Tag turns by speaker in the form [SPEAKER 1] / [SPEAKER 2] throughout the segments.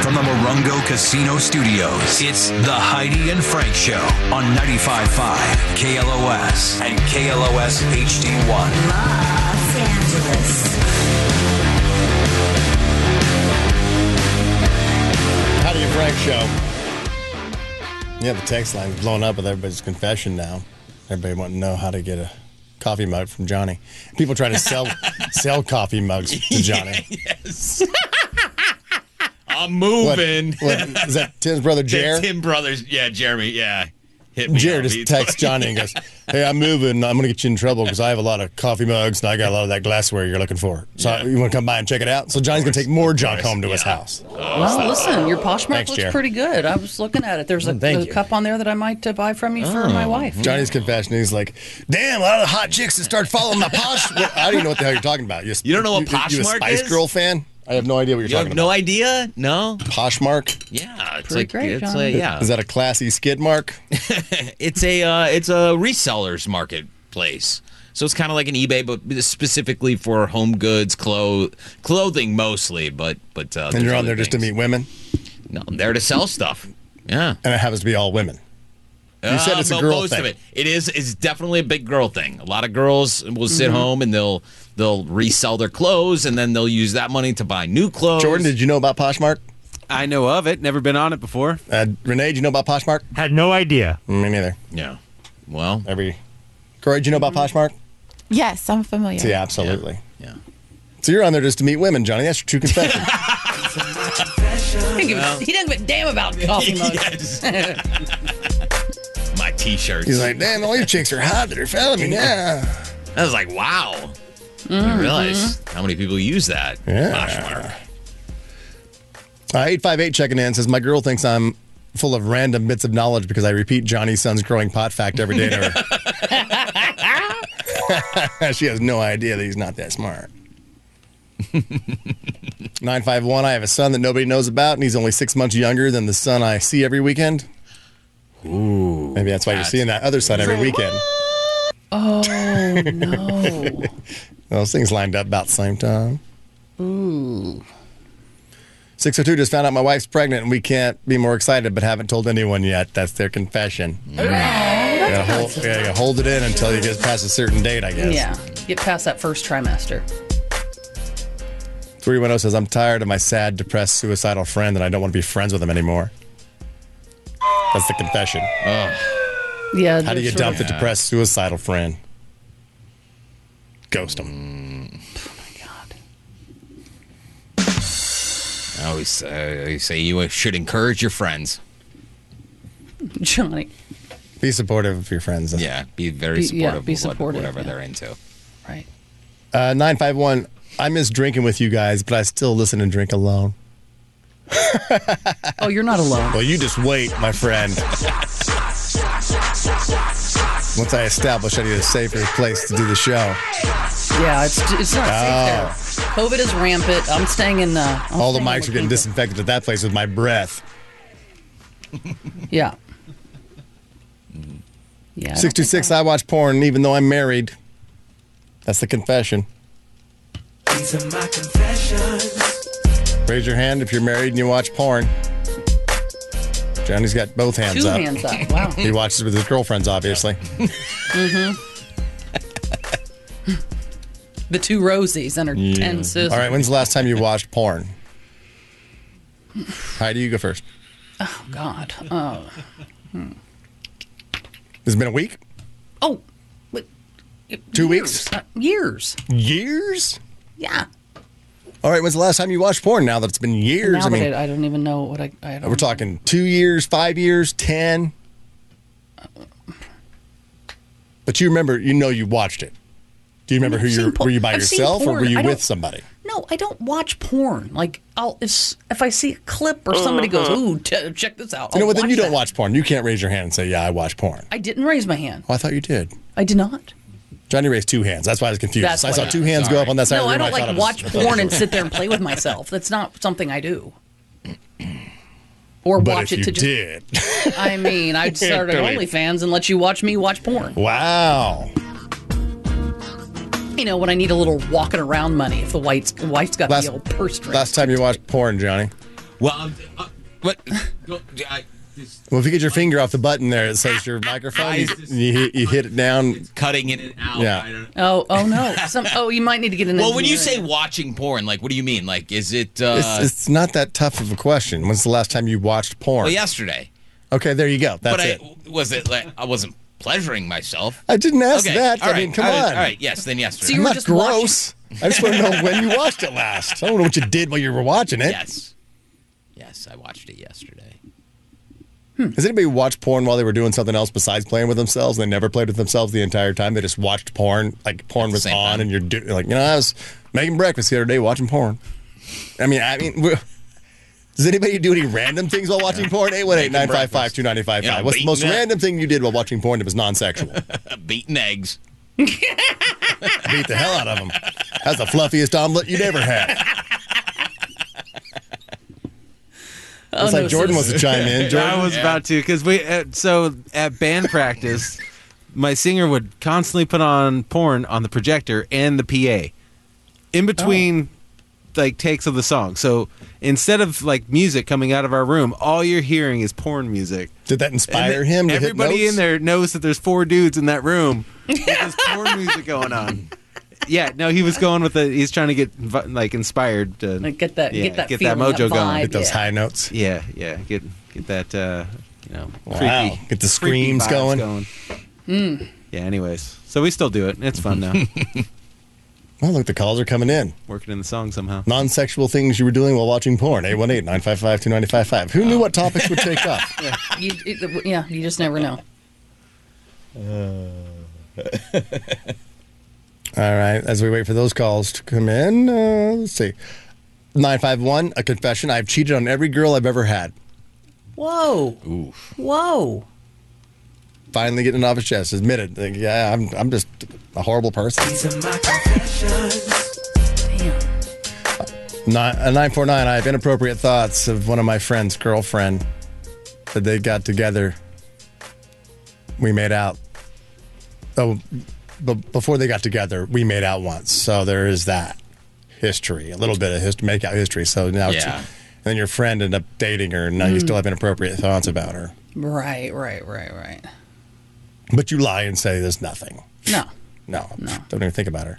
[SPEAKER 1] From the Morongo Casino Studios, it's the Heidi and Frank Show on 95.5 KLOS and KLOS HD1.
[SPEAKER 2] Los Angeles.
[SPEAKER 3] How do you Frank show? Yeah, the text line's blown up with everybody's confession now. Everybody wanting to know how to get a coffee mug from Johnny. People trying to sell sell coffee mugs to Johnny.
[SPEAKER 4] Yes. I'm
[SPEAKER 3] What-
[SPEAKER 4] moving.
[SPEAKER 3] what- is that Tim's brother Jer?
[SPEAKER 4] Tim Brothers. Yeah, Jeremy. Yeah. Hit me.
[SPEAKER 3] Jer
[SPEAKER 4] up.
[SPEAKER 3] just
[SPEAKER 4] He's-
[SPEAKER 3] texts Johnny and goes, "Hey, I'm moving. I'm gonna get you in trouble because I have a lot of coffee mugs and I got a lot of that glassware you're looking for. So
[SPEAKER 4] Yeah.
[SPEAKER 3] you want to come by and check it out? So Johnny's gonna take more junk
[SPEAKER 4] course.
[SPEAKER 3] home to his
[SPEAKER 4] Yeah.
[SPEAKER 3] house.
[SPEAKER 5] Well, listen, your Poshmark
[SPEAKER 3] Thanks,
[SPEAKER 5] looks
[SPEAKER 3] Jer. Mm,
[SPEAKER 5] pretty good. I was looking at it. There's a,
[SPEAKER 3] thank
[SPEAKER 5] a
[SPEAKER 3] you. Oh,
[SPEAKER 5] cup on there that I might uh, buy from you for my wife.
[SPEAKER 3] Johnny's confession. He's like, "Damn, a lot of hot chicks that start following my posh." I don't even know what the hell you're talking about. You,
[SPEAKER 4] You don't know what
[SPEAKER 3] you, you a
[SPEAKER 4] Poshmark
[SPEAKER 3] Spice
[SPEAKER 4] is?
[SPEAKER 3] Girl fan? I have no idea what you're
[SPEAKER 4] You
[SPEAKER 3] talking
[SPEAKER 4] have no idea? No. Oh.
[SPEAKER 3] about. Poshmark
[SPEAKER 4] Yeah. It's
[SPEAKER 5] Pretty
[SPEAKER 4] like
[SPEAKER 5] great,
[SPEAKER 4] it's
[SPEAKER 5] John.
[SPEAKER 4] like yeah.
[SPEAKER 3] is that a classy skid mark?
[SPEAKER 4] it's a uh, it's a resellers marketplace. So it's kind of like an eBay, but specifically for home goods, clo- clothing mostly. But but uh,
[SPEAKER 3] And
[SPEAKER 4] there's
[SPEAKER 3] you're on
[SPEAKER 4] other
[SPEAKER 3] there just to
[SPEAKER 4] things.
[SPEAKER 3] meet women,
[SPEAKER 4] No, I'm there to sell stuff. Yeah.
[SPEAKER 3] and it happens to be all women. You said it's a
[SPEAKER 4] mo-
[SPEAKER 3] girl
[SPEAKER 4] Um, most
[SPEAKER 3] thing.
[SPEAKER 4] Of it. it is. It's definitely a big girl thing. A lot of girls will sit
[SPEAKER 3] Mm-hmm.
[SPEAKER 4] home and they'll they'll resell their clothes and then they'll use that money to buy new clothes.
[SPEAKER 3] Jordan, did you know about Poshmark?
[SPEAKER 6] I know of it. Never been on it before.
[SPEAKER 3] Uh, Renee, did you know about Poshmark?
[SPEAKER 7] Had no idea.
[SPEAKER 3] Me neither.
[SPEAKER 4] Yeah. Well.
[SPEAKER 3] Every Corey, did you know about Poshmark?
[SPEAKER 8] Yes, I'm familiar.
[SPEAKER 3] Yeah, absolutely.
[SPEAKER 4] Yeah.
[SPEAKER 3] So you're on there just to meet women, Johnny. That's your true confession.
[SPEAKER 5] He doesn't give a- he doesn't give a damn about coffee mugs.
[SPEAKER 4] My T-shirt.
[SPEAKER 3] He's like, "Damn, all you chicks are hot that are following me now."
[SPEAKER 4] I was like, wow. I
[SPEAKER 5] Mm-hmm.
[SPEAKER 4] didn't realize how many people use that.
[SPEAKER 3] Yeah. Uh, 858 checking in says, My girl thinks I'm full of random bits of knowledge because I repeat Johnny's son's growing pot fact every day to her. she has no idea that he's not that smart. 951, I have a son that nobody knows about, and he's only six months younger than the son I see every weekend. Ooh. Maybe that's why you're
[SPEAKER 4] that's-
[SPEAKER 3] seeing that other son every weekend.
[SPEAKER 5] Oh no!
[SPEAKER 3] Those things lined up about the same time.
[SPEAKER 5] Ooh,
[SPEAKER 3] 602 just found out my wife's pregnant and we can't be more excited, but haven't told anyone yet. That's their confession.
[SPEAKER 5] Mm.
[SPEAKER 3] You gotta hold, you gotta hold it in until you get past a certain date, I guess.
[SPEAKER 5] yeah. Get past that first trimester.
[SPEAKER 3] 310 says, I'm tired of my sad, depressed, suicidal friend and I don't want to be friends with him anymore. That's the confession.
[SPEAKER 5] Yeah.
[SPEAKER 3] How do you
[SPEAKER 5] there's sort
[SPEAKER 3] dump
[SPEAKER 5] of-
[SPEAKER 3] the depressed, suicidal friend? Ghost him.
[SPEAKER 5] Oh,
[SPEAKER 4] I always uh, I say you should encourage your friends.
[SPEAKER 5] Johnny?
[SPEAKER 3] Be supportive of your friends.
[SPEAKER 4] Yeah. Be very
[SPEAKER 5] Be- yeah,
[SPEAKER 4] supportive.
[SPEAKER 5] be
[SPEAKER 4] of what-
[SPEAKER 5] supportive,
[SPEAKER 4] whatever
[SPEAKER 5] yeah.
[SPEAKER 4] they're into.
[SPEAKER 5] Right.
[SPEAKER 3] Uh, 951, I miss drinking with you guys, but I still listen and drink alone.
[SPEAKER 5] Oh, you're not alone.
[SPEAKER 3] Well, you just wait, my friend. Once I establish I need a safer place to do the show,
[SPEAKER 5] Yeah, it's it's not safe there. COVID is rampant. I'm staying in. Uh, I'm
[SPEAKER 3] Ah. all the
[SPEAKER 5] staying
[SPEAKER 3] mics
[SPEAKER 5] with
[SPEAKER 3] are getting
[SPEAKER 5] people.
[SPEAKER 3] disinfected at that place with my breath.
[SPEAKER 5] Yeah. Yeah. I don't think
[SPEAKER 3] 626, I watch porn even though I'm married. That's the confession. Raise your hand if you're married and you watch porn. Johnny's got both hands
[SPEAKER 5] Two
[SPEAKER 3] up.
[SPEAKER 5] hands up. Wow.
[SPEAKER 3] He watches with his girlfriends, obviously.
[SPEAKER 5] the two Rosies and her ten sisters.
[SPEAKER 3] All right, when's the last time you watched porn? Heidi, you go first.
[SPEAKER 5] Oh, God. Oh.
[SPEAKER 3] It's been a week?
[SPEAKER 5] Oh. but-
[SPEAKER 3] Two
[SPEAKER 5] years.
[SPEAKER 3] weeks?
[SPEAKER 5] Uh, years.
[SPEAKER 3] Years?
[SPEAKER 5] Yeah.
[SPEAKER 3] All right, when's the last time you watched porn? Now that it's been years,
[SPEAKER 5] Now
[SPEAKER 3] I
[SPEAKER 5] that
[SPEAKER 3] mean,
[SPEAKER 5] I, I don't even know what I. I don't
[SPEAKER 3] we're talking two years, five years, ten. But you remember, you know, you watched it. Do you remember who
[SPEAKER 5] I've
[SPEAKER 3] you
[SPEAKER 5] seen
[SPEAKER 3] were?
[SPEAKER 5] por-
[SPEAKER 3] Were you by
[SPEAKER 5] I've seen
[SPEAKER 3] yourself, or were
[SPEAKER 5] porn.
[SPEAKER 3] you
[SPEAKER 5] I
[SPEAKER 3] with
[SPEAKER 5] don't-
[SPEAKER 3] somebody?
[SPEAKER 5] No, I don't watch porn. Like, I'll if if I see a clip or somebody goes,
[SPEAKER 3] Uh-huh.
[SPEAKER 5] "Ooh, t- check this out,"
[SPEAKER 3] You know
[SPEAKER 5] I'll
[SPEAKER 3] what? Then you don't
[SPEAKER 5] that.
[SPEAKER 3] watch porn. You can't raise your hand and say, "Yeah, I watch porn."
[SPEAKER 5] I didn't raise my hand.
[SPEAKER 3] Oh, I thought you did.
[SPEAKER 5] I did not.
[SPEAKER 3] Johnny raised two hands. That's why I was confused.
[SPEAKER 5] That's
[SPEAKER 3] I saw
[SPEAKER 5] why-
[SPEAKER 3] two hands go up on that side.
[SPEAKER 5] no,
[SPEAKER 3] of the
[SPEAKER 5] I
[SPEAKER 3] room.
[SPEAKER 5] don't
[SPEAKER 3] thought it
[SPEAKER 5] like
[SPEAKER 3] was-
[SPEAKER 5] watch
[SPEAKER 3] I thought it
[SPEAKER 5] porn
[SPEAKER 3] was-
[SPEAKER 5] and sit there and play with myself. That's not something I do. Or
[SPEAKER 3] But
[SPEAKER 5] watch
[SPEAKER 3] if
[SPEAKER 5] it to
[SPEAKER 3] you
[SPEAKER 5] ju-
[SPEAKER 3] did,
[SPEAKER 5] I mean, I'd start an
[SPEAKER 3] Really?
[SPEAKER 5] OnlyFans and let you watch me watch porn.
[SPEAKER 3] wow.
[SPEAKER 5] You know, when I need a little walking around money, if the wife's, wife's got
[SPEAKER 3] Last-
[SPEAKER 5] the old purse string.
[SPEAKER 3] Last time you watched porn, Johnny?
[SPEAKER 4] Well, uh, what? go- I- it's
[SPEAKER 3] Well, if you get your finger off the button there, it says your microphone. You, you, hit- you hit it down.
[SPEAKER 4] cutting in and out.
[SPEAKER 3] Yeah.
[SPEAKER 4] I don't-
[SPEAKER 5] Oh, oh no. Some, oh, you might need to get an.
[SPEAKER 4] Well, when you
[SPEAKER 5] engineer
[SPEAKER 4] say
[SPEAKER 5] in.
[SPEAKER 4] watching porn, like, what do you mean? Like, is it? Uh,
[SPEAKER 3] It's, it's not that tough of a question. When's the last time you watched porn?
[SPEAKER 4] well, yesterday.
[SPEAKER 3] Okay, there you go. That's
[SPEAKER 4] but
[SPEAKER 3] it.
[SPEAKER 4] I was it like I wasn't pleasuring myself.
[SPEAKER 3] I didn't ask that.
[SPEAKER 4] all
[SPEAKER 3] I mean,
[SPEAKER 4] right,
[SPEAKER 3] come
[SPEAKER 4] all right,
[SPEAKER 3] on.
[SPEAKER 4] All right. Yes. Then yesterday.
[SPEAKER 5] So you
[SPEAKER 3] I'm
[SPEAKER 5] were
[SPEAKER 3] not
[SPEAKER 5] just
[SPEAKER 3] gross. I just want to know when you watched it last. I don't know what you did while you were watching it. Has
[SPEAKER 4] yes. Yes, I watched it yesterday.
[SPEAKER 3] anybody watched porn while they were doing something else besides playing with themselves? They never played with themselves the entire time. They just watched porn. Like porn
[SPEAKER 4] the
[SPEAKER 3] was on,
[SPEAKER 4] same time.
[SPEAKER 3] and you're do- like, you know, I was making breakfast the other day watching porn. I mean, I mean, we're- does anybody do any random things while watching porn? 818 955
[SPEAKER 4] Yeah,
[SPEAKER 3] 2955. What's the
[SPEAKER 4] beating
[SPEAKER 3] most
[SPEAKER 4] that.
[SPEAKER 3] random thing you did while watching porn that was non sexual?
[SPEAKER 4] Uh, beaten eggs.
[SPEAKER 3] Beat the hell out of them. That's the fluffiest omelet you'd ever had.
[SPEAKER 5] Oh,
[SPEAKER 3] It's
[SPEAKER 5] no,
[SPEAKER 3] like Jordan
[SPEAKER 5] sis.
[SPEAKER 3] wants to chime in. Jordan,
[SPEAKER 6] I was about to because we at, so at band practice, my singer would constantly put on porn on the projector and the PA in between like takes of the song. So instead of like music coming out of our room, all you're hearing is porn music.
[SPEAKER 3] did that
[SPEAKER 6] And
[SPEAKER 3] inspire
[SPEAKER 6] the-
[SPEAKER 3] him? To hit
[SPEAKER 6] everybody
[SPEAKER 3] notes?
[SPEAKER 6] in there knows that there's four dudes in that room. with There's porn music going on. Yeah, no, he was going with the. He's trying to get vi- like inspired to
[SPEAKER 5] Like, get that-
[SPEAKER 6] yeah,
[SPEAKER 5] get that feeling,
[SPEAKER 6] mojo
[SPEAKER 5] that
[SPEAKER 6] going.
[SPEAKER 5] vibe.
[SPEAKER 3] Get those
[SPEAKER 5] Yeah.
[SPEAKER 3] high notes.
[SPEAKER 6] Yeah, yeah. Get get that uh you know
[SPEAKER 3] Wow.
[SPEAKER 6] creepy,
[SPEAKER 3] Get the
[SPEAKER 6] creepy
[SPEAKER 3] screams
[SPEAKER 6] vibes
[SPEAKER 3] going.
[SPEAKER 5] Hmm.
[SPEAKER 6] Yeah, anyways. So we still do it. It's fun now.
[SPEAKER 3] Well, look, the calls are coming in.
[SPEAKER 6] Working in the song somehow.
[SPEAKER 3] Non sexual things you were doing while watching porn. 818 955 2955. Who knew what topics would take up?
[SPEAKER 5] You, it- yeah, you just never know.
[SPEAKER 3] All right. As we wait for those calls to come in, uh, let's see. 951, a confession. I've cheated on every girl I've ever had.
[SPEAKER 5] Whoa. Whoa.
[SPEAKER 3] Finally getting it off his chest. Admitted. Like, yeah, I'm, I'm just a horrible person.
[SPEAKER 5] Damn.
[SPEAKER 3] Nine, uh, 949, I have inappropriate thoughts of one of my friend's girlfriend that they got together. We made out. Oh, but before they got together, we made out once. So there is that history, a little bit of hist- make out history. So now, it's-
[SPEAKER 4] Yeah.
[SPEAKER 3] and then your friend ended up dating her, and now you still have inappropriate thoughts about her.
[SPEAKER 5] Right, right, right, right.
[SPEAKER 3] But you lie and say there's nothing.
[SPEAKER 5] No.
[SPEAKER 3] No, don't even think about her.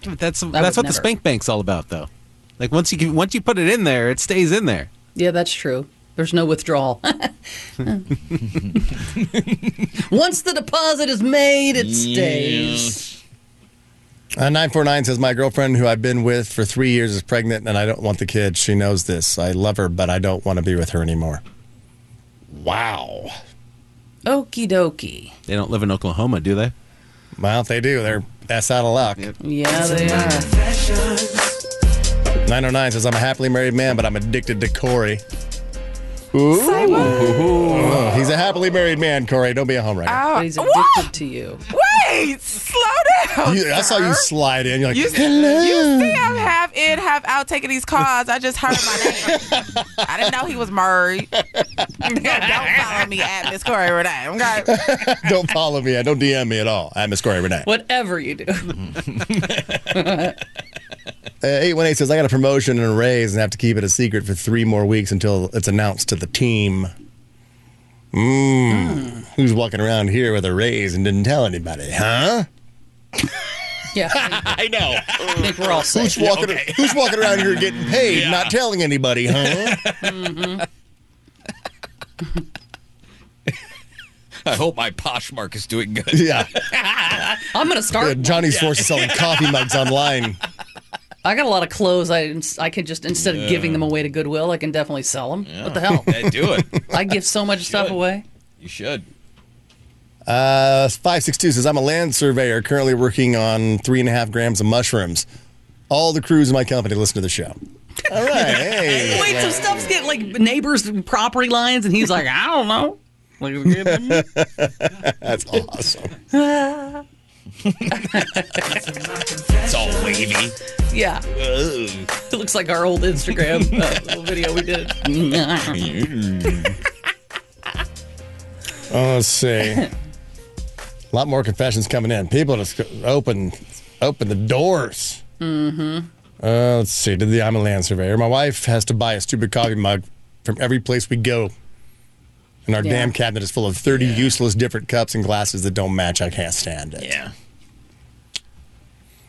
[SPEAKER 6] That's that's what
[SPEAKER 5] would
[SPEAKER 6] the
[SPEAKER 5] never.
[SPEAKER 6] spank bank's all about though. Like once you can- once you put it in there, it stays in there.
[SPEAKER 5] Yeah, that's true. There's no withdrawal. Once the deposit is made, it stays.
[SPEAKER 3] Uh, 949 says, My girlfriend, who I've been with for three years, is pregnant and I don't want the kid. She knows this. I love her, but I don't want to be with her anymore. Wow.
[SPEAKER 5] Okie dokie.
[SPEAKER 6] They don't live in Oklahoma, do they?
[SPEAKER 3] Well, if they do, they're S out of luck.
[SPEAKER 5] Yeah, they are.
[SPEAKER 3] 909 says, I'm a happily married man, but I'm addicted to Corey. Oh, he's a happily married man, Corey. Don't be a homewrecker.
[SPEAKER 5] But
[SPEAKER 8] Oh,
[SPEAKER 5] he's addicted to you.
[SPEAKER 8] wait, slow down.
[SPEAKER 3] You- I saw you
[SPEAKER 8] sir.
[SPEAKER 3] slide in. You're like,
[SPEAKER 8] You,
[SPEAKER 3] hello.
[SPEAKER 8] you see, I'm half in, half out taking these calls. I just heard my name. I didn't know he was married. So don't follow me at Miss Corey Renee. Okay.
[SPEAKER 3] don't follow me. Don't DM me at all. I'm Miss Corey Renee.
[SPEAKER 5] Whatever you do.
[SPEAKER 3] Uh, 818 says, I got a promotion and a raise and have to keep it a secret for three more weeks until it's announced to the team. Mmm. Who's walking around here with a raise and didn't tell anybody, huh?
[SPEAKER 5] Yeah, I
[SPEAKER 4] I know.
[SPEAKER 5] think we're all
[SPEAKER 3] Who's
[SPEAKER 5] safe.
[SPEAKER 3] walking, who's walking around here getting paid, not telling anybody, huh?
[SPEAKER 4] I hope my Poshmark is doing good.
[SPEAKER 3] yeah. Uh,
[SPEAKER 5] I'm going to start.
[SPEAKER 3] Good. Johnny's forced to selling coffee mugs online.
[SPEAKER 5] I got a lot of clothes. I, I can just, instead of giving them away to Goodwill, I can definitely sell them. What the hell?
[SPEAKER 4] Yeah, do it.
[SPEAKER 5] I give so much stuff away.
[SPEAKER 4] You should.
[SPEAKER 3] Uh, 562 says, I'm a land surveyor currently working on three and a half grams of mushrooms. All the crews in my company listen to the show. All right. Hey.
[SPEAKER 5] Wait, some stuff's getting like neighbors' and property lines, and he's like, I don't know. Like,
[SPEAKER 3] That's awesome.
[SPEAKER 4] It's all wavy.
[SPEAKER 5] yeah, it looks like our old Instagram uh, little video we did.
[SPEAKER 3] Oh, let's see. A lot
[SPEAKER 4] Mm-hmm.
[SPEAKER 3] more confessions coming in. People just open open the doors. Uh, let's see. Did the I'm a land surveyor? My wife has to buy a stupid coffee mug from every place we go, and our
[SPEAKER 5] Yeah.
[SPEAKER 3] damn cabinet is full of thirty useless different cups and glasses that don't match. I can't stand it. Is
[SPEAKER 4] Yeah.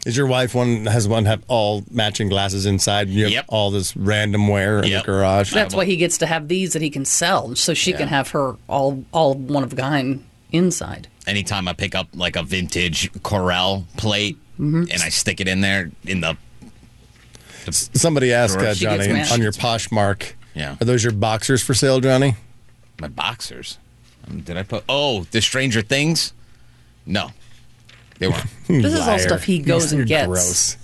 [SPEAKER 3] your wife one has one have all matching glasses inside? And you have
[SPEAKER 4] Yep.
[SPEAKER 3] all this random wear in
[SPEAKER 4] Yep.
[SPEAKER 3] the garage.
[SPEAKER 5] That's why he gets to have these that he can sell, so she can have her all all one of a kind inside.
[SPEAKER 4] Anytime I pick up like a vintage Corel plate and I stick it in there in the
[SPEAKER 3] Somebody asked uh,
[SPEAKER 4] She
[SPEAKER 5] gets
[SPEAKER 3] Johnny
[SPEAKER 5] mad.
[SPEAKER 3] on your Poshmark.
[SPEAKER 4] Yeah.
[SPEAKER 3] Are those your boxers for sale, Johnny?
[SPEAKER 4] my boxers. Um, did I put? Oh, the Stranger Things. No, they weren't.
[SPEAKER 5] This is all
[SPEAKER 3] Liar.
[SPEAKER 5] stuff he goes
[SPEAKER 3] You're
[SPEAKER 5] and gets.
[SPEAKER 3] Gross.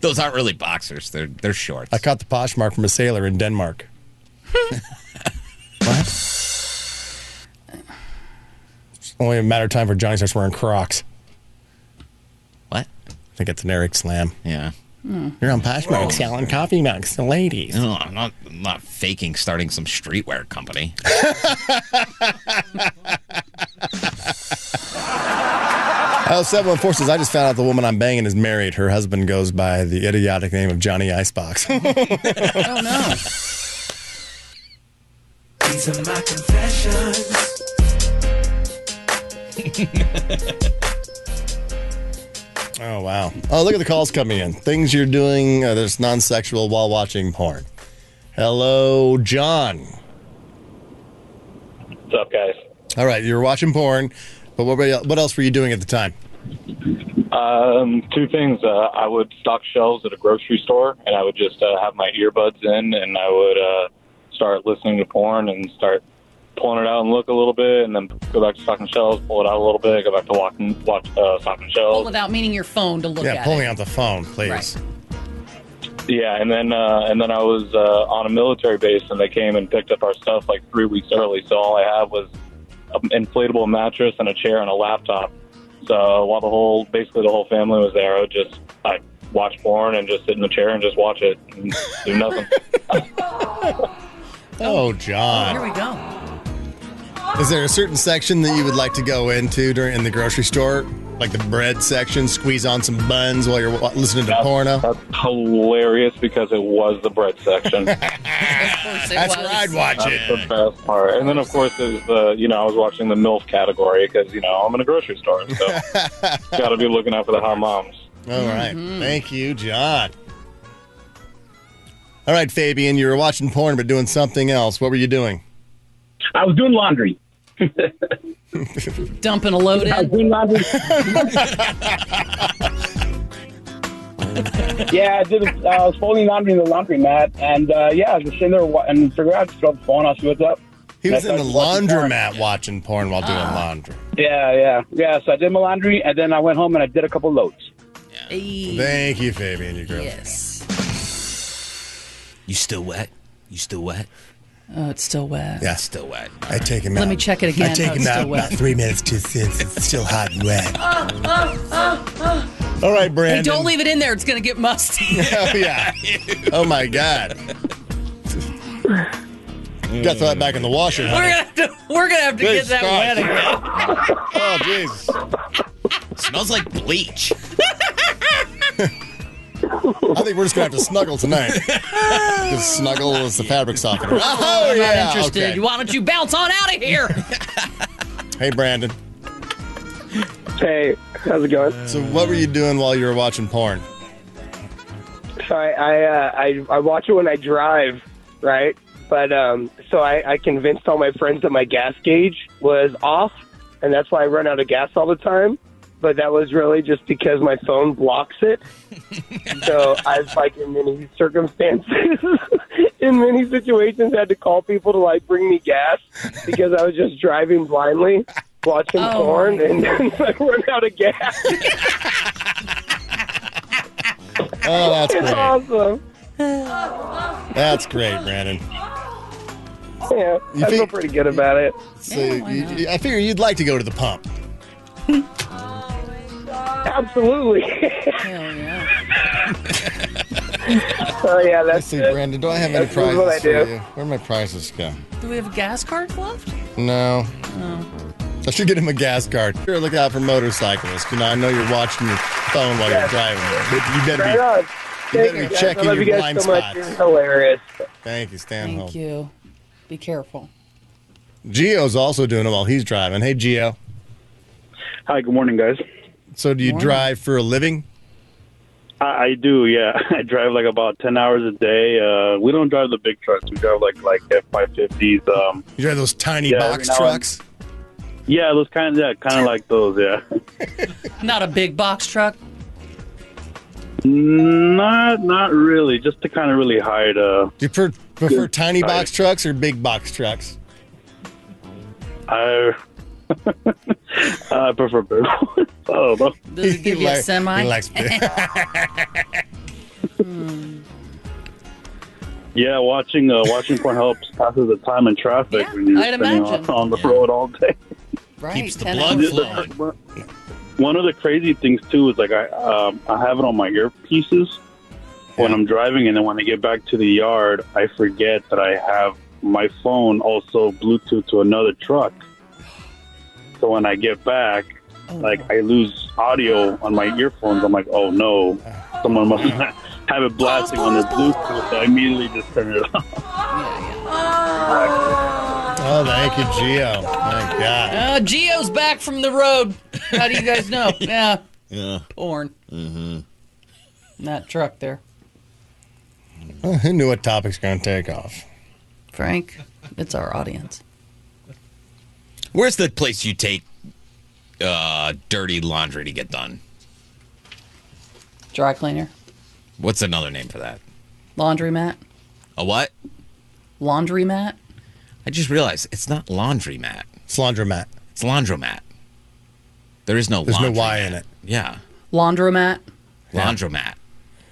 [SPEAKER 4] Those aren't really boxers. They're they're shorts.
[SPEAKER 3] I caught the Poshmark from a sailor in Denmark. what? It's only a matter of time before Johnny starts wearing Crocs.
[SPEAKER 4] what?
[SPEAKER 3] I think it's an Eric slam.
[SPEAKER 4] Yeah.
[SPEAKER 3] You're on Poshmark selling coffee mugs to ladies.
[SPEAKER 4] No, I'm not. I'm not faking starting some streetwear company.
[SPEAKER 3] Oh, 714 says, I just found out the woman I'm banging is married. Her husband goes by the idiotic name of Johnny Icebox.
[SPEAKER 5] Oh no.
[SPEAKER 3] Oh wow! Oh, look at the calls coming in. Things you're doing uh, that's non-sexual while watching porn. Hello, John.
[SPEAKER 9] What's up, guys?
[SPEAKER 3] All right, you were watching porn, but what, were you- what else were you doing at the time?
[SPEAKER 9] Um, two things. Uh, I would stock shelves at a grocery store, and I would just uh, have my earbuds in, and I would uh, start listening to porn and start pulling it out and look a little bit, and then go back to stocking shelves, pull it out a little bit, go back to walking, watch uh, stocking
[SPEAKER 5] Pull
[SPEAKER 9] shelves.
[SPEAKER 5] it out, meaning your phone to look
[SPEAKER 3] yeah,
[SPEAKER 5] at.
[SPEAKER 3] pulling
[SPEAKER 5] it.
[SPEAKER 3] out the phone, please.
[SPEAKER 9] Yeah, and then uh, and then I was uh, on a military base, and they came and picked up our stuff like three weeks early. So all I had was an inflatable mattress and a chair and a laptop. So while the whole, basically the whole family was there, I would just I watch porn and just sit in the chair and just watch it and do nothing.
[SPEAKER 3] Oh,
[SPEAKER 5] Here
[SPEAKER 3] John,
[SPEAKER 5] we
[SPEAKER 3] Ah,
[SPEAKER 5] go. Oh,
[SPEAKER 3] is there a certain section that you would like to go into during in the grocery store, like the bread section? Squeeze on some buns while you're wa- listening to porno.
[SPEAKER 9] That's hilarious because it was the bread section. That's
[SPEAKER 5] Of course it
[SPEAKER 3] That's
[SPEAKER 5] was.
[SPEAKER 3] where I'd watch
[SPEAKER 9] the
[SPEAKER 3] it.
[SPEAKER 9] best part. And then of course there's the you know I was watching the milf category because you know I'm in a grocery store, so got to be looking out for the hot moms.
[SPEAKER 3] All right.
[SPEAKER 5] Mm-hmm.
[SPEAKER 3] Thank you, John. All right, Fabian, you were watching porn but doing something else. What were you doing?
[SPEAKER 6] I was doing laundry.
[SPEAKER 5] Dumping a load
[SPEAKER 6] I was
[SPEAKER 5] in.
[SPEAKER 6] doing laundry. yeah, I did. Uh, I was folding laundry in the laundromat, and uh, yeah, I was just sitting there wa- and figured out just throw the phone. I'll see what's up.
[SPEAKER 3] He was in
[SPEAKER 6] That's
[SPEAKER 3] the
[SPEAKER 6] like watching porn.
[SPEAKER 3] laundromat watching porn while doing
[SPEAKER 5] Ah.
[SPEAKER 3] laundry.
[SPEAKER 6] Yeah, yeah, yeah. So I did my laundry, and then I went home and I did a couple loads.
[SPEAKER 5] Hey,
[SPEAKER 3] Thank you, Fabian. You girl.
[SPEAKER 5] Yes.
[SPEAKER 4] You still wet? You still wet?
[SPEAKER 5] Oh, it's still wet.
[SPEAKER 3] Yeah.
[SPEAKER 4] Still wet.
[SPEAKER 3] I take him out.
[SPEAKER 5] Let me check it again.
[SPEAKER 3] I take
[SPEAKER 5] Oh,
[SPEAKER 3] him
[SPEAKER 5] it's
[SPEAKER 3] out
[SPEAKER 5] still wet.
[SPEAKER 3] about three minutes too soon. It's still hot and wet. All right, Brandon.
[SPEAKER 5] Hey, don't leave it in there. It's going to get musty.
[SPEAKER 3] Oh, yeah. oh, my God. Got to throw that back in the washer,
[SPEAKER 5] We're
[SPEAKER 3] honey.
[SPEAKER 5] gonna have to. We're gonna have to
[SPEAKER 3] Good
[SPEAKER 5] get that
[SPEAKER 3] start.
[SPEAKER 5] wet again.
[SPEAKER 3] Oh, jeez.
[SPEAKER 4] smells like bleach.
[SPEAKER 3] I think we're just going to have to snuggle tonight. Just snuggle as the fabric softener. Oh,
[SPEAKER 5] I'm
[SPEAKER 3] yeah.
[SPEAKER 5] not interested.
[SPEAKER 3] okay.
[SPEAKER 5] Why don't you bounce on out of here?
[SPEAKER 3] Hey, Brandon.
[SPEAKER 6] Hey, how's it going?
[SPEAKER 3] So, what were you doing while you were watching porn?
[SPEAKER 6] So I I, uh, I I watch it when I drive, right? But um, so I, I convinced all my friends that my gas gauge was off, and that's why I run out of gas all the time. But that was really just because my phone blocks it. so I've like in many circumstances, in many situations, had to call people to like bring me gas because I was just driving blindly, watching
[SPEAKER 5] Oh,
[SPEAKER 6] porn, and then I run out of gas.
[SPEAKER 3] Oh, that's
[SPEAKER 6] It's
[SPEAKER 3] great.
[SPEAKER 6] awesome.
[SPEAKER 3] That's great, Brandon.
[SPEAKER 6] Yeah,
[SPEAKER 3] You
[SPEAKER 6] I feel
[SPEAKER 3] think-
[SPEAKER 6] pretty good about it.
[SPEAKER 3] So, you- you- I figure you'd like to go to the pump.
[SPEAKER 6] Absolutely.
[SPEAKER 5] Hell yeah.
[SPEAKER 6] Oh yeah,
[SPEAKER 3] Let's
[SPEAKER 6] that's
[SPEAKER 3] see,
[SPEAKER 6] it.
[SPEAKER 3] Brandon. Do I have any
[SPEAKER 6] That's what
[SPEAKER 3] prizes
[SPEAKER 6] I
[SPEAKER 3] for
[SPEAKER 6] do.
[SPEAKER 3] you? Where my prizes go?
[SPEAKER 5] Do we have gas cards left?
[SPEAKER 3] No. I should get him a gas card. Sure, look out for motorcyclists. You know, I know you're watching your phone while you're
[SPEAKER 6] Yes.
[SPEAKER 3] driving. But you better
[SPEAKER 6] Right on.
[SPEAKER 3] be
[SPEAKER 10] Thank
[SPEAKER 3] better
[SPEAKER 10] you
[SPEAKER 3] be
[SPEAKER 10] guys.
[SPEAKER 3] checking
[SPEAKER 10] I love
[SPEAKER 3] your
[SPEAKER 10] you guys
[SPEAKER 3] blind
[SPEAKER 10] so much.
[SPEAKER 3] spots.
[SPEAKER 10] You're hilarious.
[SPEAKER 3] Thank you, Stan.
[SPEAKER 5] Thank you. Be careful.
[SPEAKER 3] Gio's also doing it while he's driving. Hey, Gio.
[SPEAKER 9] Hi, good morning, guys.
[SPEAKER 3] So, do you
[SPEAKER 5] Morning.
[SPEAKER 3] drive for a living?
[SPEAKER 9] I, I do, yeah. I drive like about ten hours a day. Uh, we don't drive the big trucks. We drive like like F five fifties. Um,
[SPEAKER 3] You drive those tiny
[SPEAKER 9] Yeah, every
[SPEAKER 3] box
[SPEAKER 9] now and-
[SPEAKER 3] trucks?
[SPEAKER 9] yeah, those kind of yeah, kind of like those. Yeah,
[SPEAKER 5] Not a big box truck.
[SPEAKER 9] not not really. Just to kind of really hide. Uh,
[SPEAKER 3] Do you prefer, prefer tiny
[SPEAKER 9] Right.
[SPEAKER 3] box trucks or big box trucks?
[SPEAKER 9] I I prefer Oh, big. ones. I don't know.
[SPEAKER 5] Does it give you
[SPEAKER 3] li-
[SPEAKER 5] a semi?
[SPEAKER 3] He likes big.
[SPEAKER 9] Yeah, watching uh, watching porn helps passes the time in traffic
[SPEAKER 5] Yeah,
[SPEAKER 9] when you're
[SPEAKER 5] I'd
[SPEAKER 9] spending
[SPEAKER 5] imagine.
[SPEAKER 9] On, on the
[SPEAKER 4] Yeah.
[SPEAKER 9] road all day.
[SPEAKER 5] right.
[SPEAKER 4] Keeps the
[SPEAKER 5] 10
[SPEAKER 4] blood
[SPEAKER 5] hours.
[SPEAKER 4] flowing.
[SPEAKER 9] One of the crazy things too is like I um, I have it on my earpieces when I'm driving, and then when I get back to the yard, I forget that I have my phone also Bluetooth to another truck. So when I get back, like I lose audio on my earphones. I'm like, oh no, someone must have it blasting on the Bluetooth. So I immediately just turn it off.
[SPEAKER 3] Oh, thank you, Gio. My God.
[SPEAKER 5] Uh, Geo's back from the road. How do you guys know? yeah.
[SPEAKER 4] Yeah.
[SPEAKER 5] Porn. Mm-hmm. That truck there.
[SPEAKER 3] Well, who knew what topic's going to take off?
[SPEAKER 5] Frank, it's our audience.
[SPEAKER 4] Where's the place you take uh, dirty laundry to get done?
[SPEAKER 5] Dry cleaner,
[SPEAKER 4] What's another name for that?
[SPEAKER 5] laundromat,
[SPEAKER 4] A what?
[SPEAKER 5] laundromat.
[SPEAKER 4] I just realized it's not laundromat.
[SPEAKER 3] It's laundromat.
[SPEAKER 4] It's laundromat. There is no
[SPEAKER 3] There's no
[SPEAKER 4] laundry.
[SPEAKER 3] Y in it.
[SPEAKER 4] Yeah.
[SPEAKER 5] Laundromat.
[SPEAKER 4] Laundromat.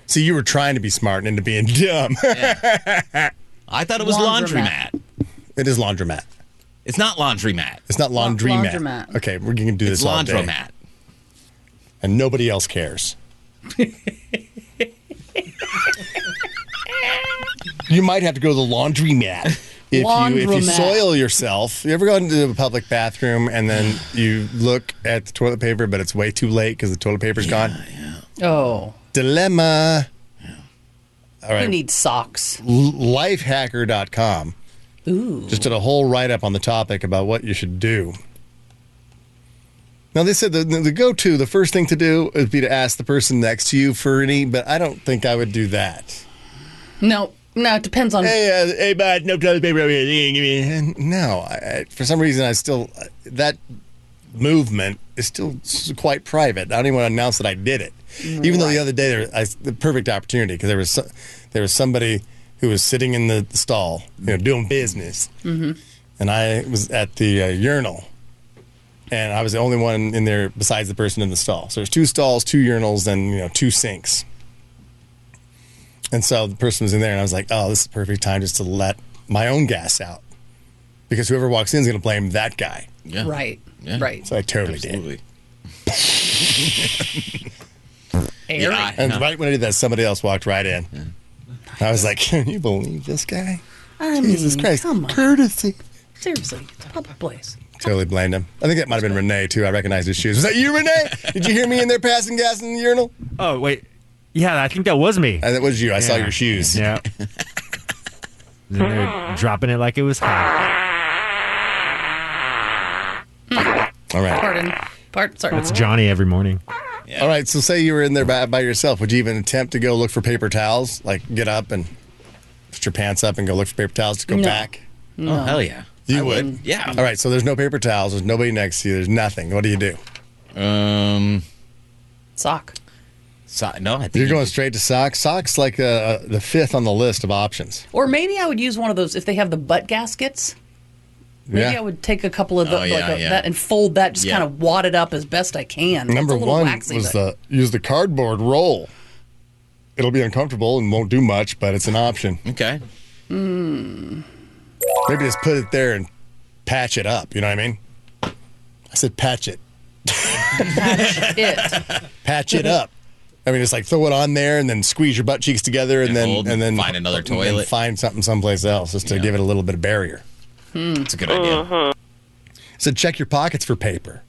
[SPEAKER 3] See, you were trying to be smart and into being dumb.
[SPEAKER 4] I thought it was
[SPEAKER 5] Laundromat.
[SPEAKER 4] laundromat.
[SPEAKER 3] it is laundromat.
[SPEAKER 4] It's not laundromat.
[SPEAKER 3] It's not
[SPEAKER 5] La-
[SPEAKER 3] laundromat.
[SPEAKER 5] laundromat.
[SPEAKER 3] Okay, we're going to do
[SPEAKER 4] It's
[SPEAKER 3] this all day.
[SPEAKER 4] laundromat.
[SPEAKER 3] and nobody else cares. you might have to go to the laundromat if you if you
[SPEAKER 5] Laundromat.
[SPEAKER 3] soil yourself. You ever go into a public bathroom and then you look at the toilet paper, but it's way too late because the toilet paper's gone.
[SPEAKER 5] Oh,
[SPEAKER 3] Dilemma. All
[SPEAKER 5] you
[SPEAKER 3] right,
[SPEAKER 5] need socks.
[SPEAKER 3] L- lifehacker.com
[SPEAKER 5] Ooh.
[SPEAKER 3] just did a whole write up on the topic about what you should do. Now they said the, the go to, the first thing to do would be to ask the person next to you for any, but I don't think I would do that.
[SPEAKER 5] No, no, it depends on.
[SPEAKER 3] Hey, uh, hey, bud, no toilet paper over here. You can Give me a hand. No, I, I, for some reason I still uh, that movement is still s- quite private. I don't even want to announce that I did it, even though the other day there I, the perfect opportunity because there was so, there was somebody who was sitting in the stall, you know, doing business, and I was at the uh, urinal. And I was the only one in there besides the person in the stall. So there's two stalls, two urinals, and you know two sinks. And so the person was in there, and I was like, oh, this is the perfect time just to let my own gas out. Because whoever walks in is going to blame that guy.
[SPEAKER 4] Yeah.
[SPEAKER 5] Right,
[SPEAKER 4] Yeah.
[SPEAKER 5] right.
[SPEAKER 3] So I totally did.
[SPEAKER 4] Absolutely.
[SPEAKER 5] Airy.
[SPEAKER 4] Yeah. oh,
[SPEAKER 3] And
[SPEAKER 4] yeah.
[SPEAKER 3] right when I did that, somebody else walked right in. I was like, can you believe this guy?
[SPEAKER 5] I
[SPEAKER 3] Jesus
[SPEAKER 5] mean,
[SPEAKER 3] Christ.
[SPEAKER 5] Come on,
[SPEAKER 3] Courtesy.
[SPEAKER 5] seriously, it's a public place.
[SPEAKER 3] Totally blamed him. I think that might have been Renee, too. I recognized his shoes. Was that you, Renee? Did you hear me in there passing gas in the urinal?
[SPEAKER 11] Oh wait, yeah, I think that was me.
[SPEAKER 3] And that was you. I saw
[SPEAKER 11] Yeah.
[SPEAKER 3] your shoes.
[SPEAKER 11] Yeah. And they were dropping it like it was hot.
[SPEAKER 3] All right.
[SPEAKER 5] Pardon. Part. Sorry.
[SPEAKER 11] That's Johnny every morning.
[SPEAKER 3] All right. So, say you were in there by, by yourself. Would you even attempt to go look for paper towels? Like, get up and put your pants up and go look for paper towels to go
[SPEAKER 5] No.
[SPEAKER 3] back?
[SPEAKER 4] Oh, hell yeah.
[SPEAKER 3] You would.
[SPEAKER 4] Yeah.
[SPEAKER 3] All right, so there's no paper towels. There's nobody next to you. There's nothing. What do you do?
[SPEAKER 4] Um.
[SPEAKER 5] Sock.
[SPEAKER 4] So, no, I think
[SPEAKER 3] You're going straight to socks. Socks like uh, the fifth on the list of options.
[SPEAKER 5] Or maybe I would use one of those if they have the butt gaskets. Maybe
[SPEAKER 3] yeah.
[SPEAKER 5] I would take a couple of the,
[SPEAKER 4] Oh, yeah,
[SPEAKER 5] like a,
[SPEAKER 4] yeah.
[SPEAKER 5] that and fold that, just
[SPEAKER 4] Yeah.
[SPEAKER 5] kind of wad it up as best I can. It's a
[SPEAKER 3] Number
[SPEAKER 5] little
[SPEAKER 3] one
[SPEAKER 5] waxy,
[SPEAKER 3] was
[SPEAKER 5] but-
[SPEAKER 3] the use the cardboard roll. It'll be uncomfortable and won't do much, but it's an option.
[SPEAKER 4] Okay.
[SPEAKER 3] Maybe just put it there and patch it up. You know what I mean? I said patch it,
[SPEAKER 5] it.
[SPEAKER 3] patch it up. I mean, it's like throw it on there and then squeeze your butt cheeks together and,
[SPEAKER 4] And
[SPEAKER 3] then
[SPEAKER 4] hold-
[SPEAKER 3] and then
[SPEAKER 4] find another
[SPEAKER 3] and
[SPEAKER 4] toilet.
[SPEAKER 3] find something someplace else just to give it a little bit of barrier.
[SPEAKER 4] That's a good idea.
[SPEAKER 3] So check your pockets for paper.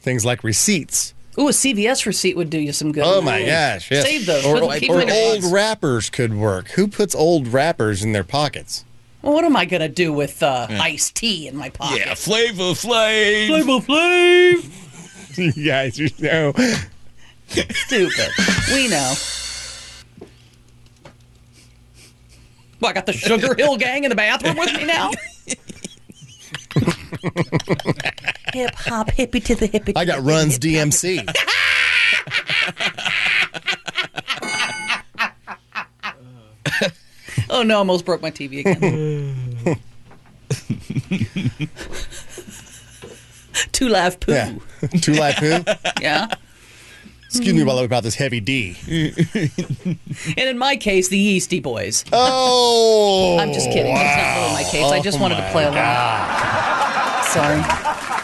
[SPEAKER 3] Things like receipts
[SPEAKER 5] Ooh, a CVS receipt would do you some good.
[SPEAKER 3] Oh my gosh! Yes.
[SPEAKER 5] Save those.
[SPEAKER 3] Or,
[SPEAKER 5] Put- keep
[SPEAKER 3] or
[SPEAKER 5] them in your
[SPEAKER 3] old
[SPEAKER 5] box.
[SPEAKER 3] wrappers could work. Who puts old wrappers in their pockets?
[SPEAKER 5] Well, what am I gonna do with uh,
[SPEAKER 3] Yeah.
[SPEAKER 5] iced tea in my pocket?
[SPEAKER 4] Yeah, Flavor Flav.
[SPEAKER 5] Flavor Flav.
[SPEAKER 3] you guys, you know.
[SPEAKER 5] Stupid. we know. Well, I got the Sugar Hill Gang in the bathroom with me now. Hip hop, hippie to the hippie.
[SPEAKER 3] I got runs DMC.
[SPEAKER 5] Oh no, almost broke my TV again. Two live poo.
[SPEAKER 3] Yeah. Two live poo.
[SPEAKER 5] Yeah.
[SPEAKER 3] Excuse me while I whip out this heavy D.
[SPEAKER 5] And in my case, the Yeasty Boys.
[SPEAKER 3] Oh,
[SPEAKER 5] I'm just kidding. It's not really my case. I just
[SPEAKER 4] Oh,
[SPEAKER 5] wanted to
[SPEAKER 4] my
[SPEAKER 5] play along. Sorry.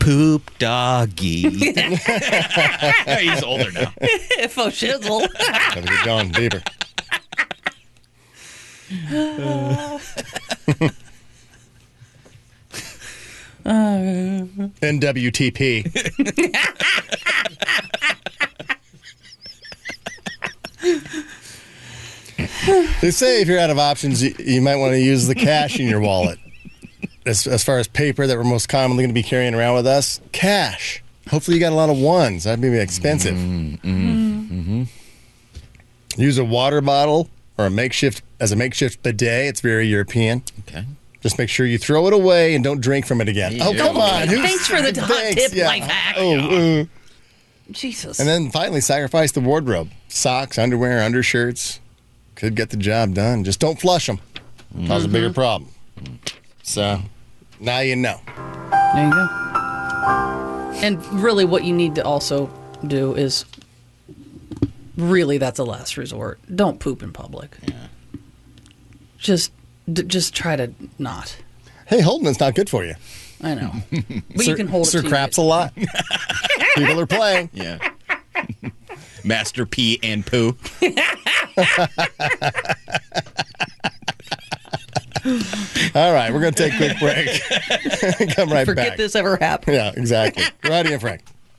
[SPEAKER 4] Poop doggy. He's older now.
[SPEAKER 5] Faux shizzle.
[SPEAKER 3] Gotta get going deeper. NWTP. they say if you're out of options, you, you might want to use the cash in your wallet. As, as far as paper that we're most commonly going to be carrying around with us, cash. Hopefully, you got a lot of ones. That'd be expensive. Use a water bottle or a makeshift as a makeshift bidet. It's very European. Okay. Just make sure you throw it away and don't drink from it again. Oh
[SPEAKER 5] Yeah.
[SPEAKER 3] come on! who's-
[SPEAKER 5] Thanks for the hot tip life hack.
[SPEAKER 3] Oh, uh.
[SPEAKER 5] Jesus.
[SPEAKER 3] and then finally, sacrifice the wardrobe: socks, underwear, undershirts. Could get the job done. Just don't flush them. Cause
[SPEAKER 5] Mm-hmm.
[SPEAKER 3] a bigger problem. So now you know.
[SPEAKER 5] There you go. And really, what you need to also do is really that's a last resort. Don't poop in public. Yeah. Just, d- just try to not.
[SPEAKER 3] Hey, holding it's not good for you.
[SPEAKER 5] I know, but
[SPEAKER 3] Sir-
[SPEAKER 5] you can hold
[SPEAKER 3] Sir
[SPEAKER 5] it. to
[SPEAKER 3] craps a lot. People are playing.
[SPEAKER 4] Yeah. Master P and Poo.
[SPEAKER 3] All right, we're going to take a quick break. Come
[SPEAKER 5] you.
[SPEAKER 3] right
[SPEAKER 5] Forget
[SPEAKER 3] back.
[SPEAKER 5] this ever happened.
[SPEAKER 3] Yeah, exactly. Right here, Frank.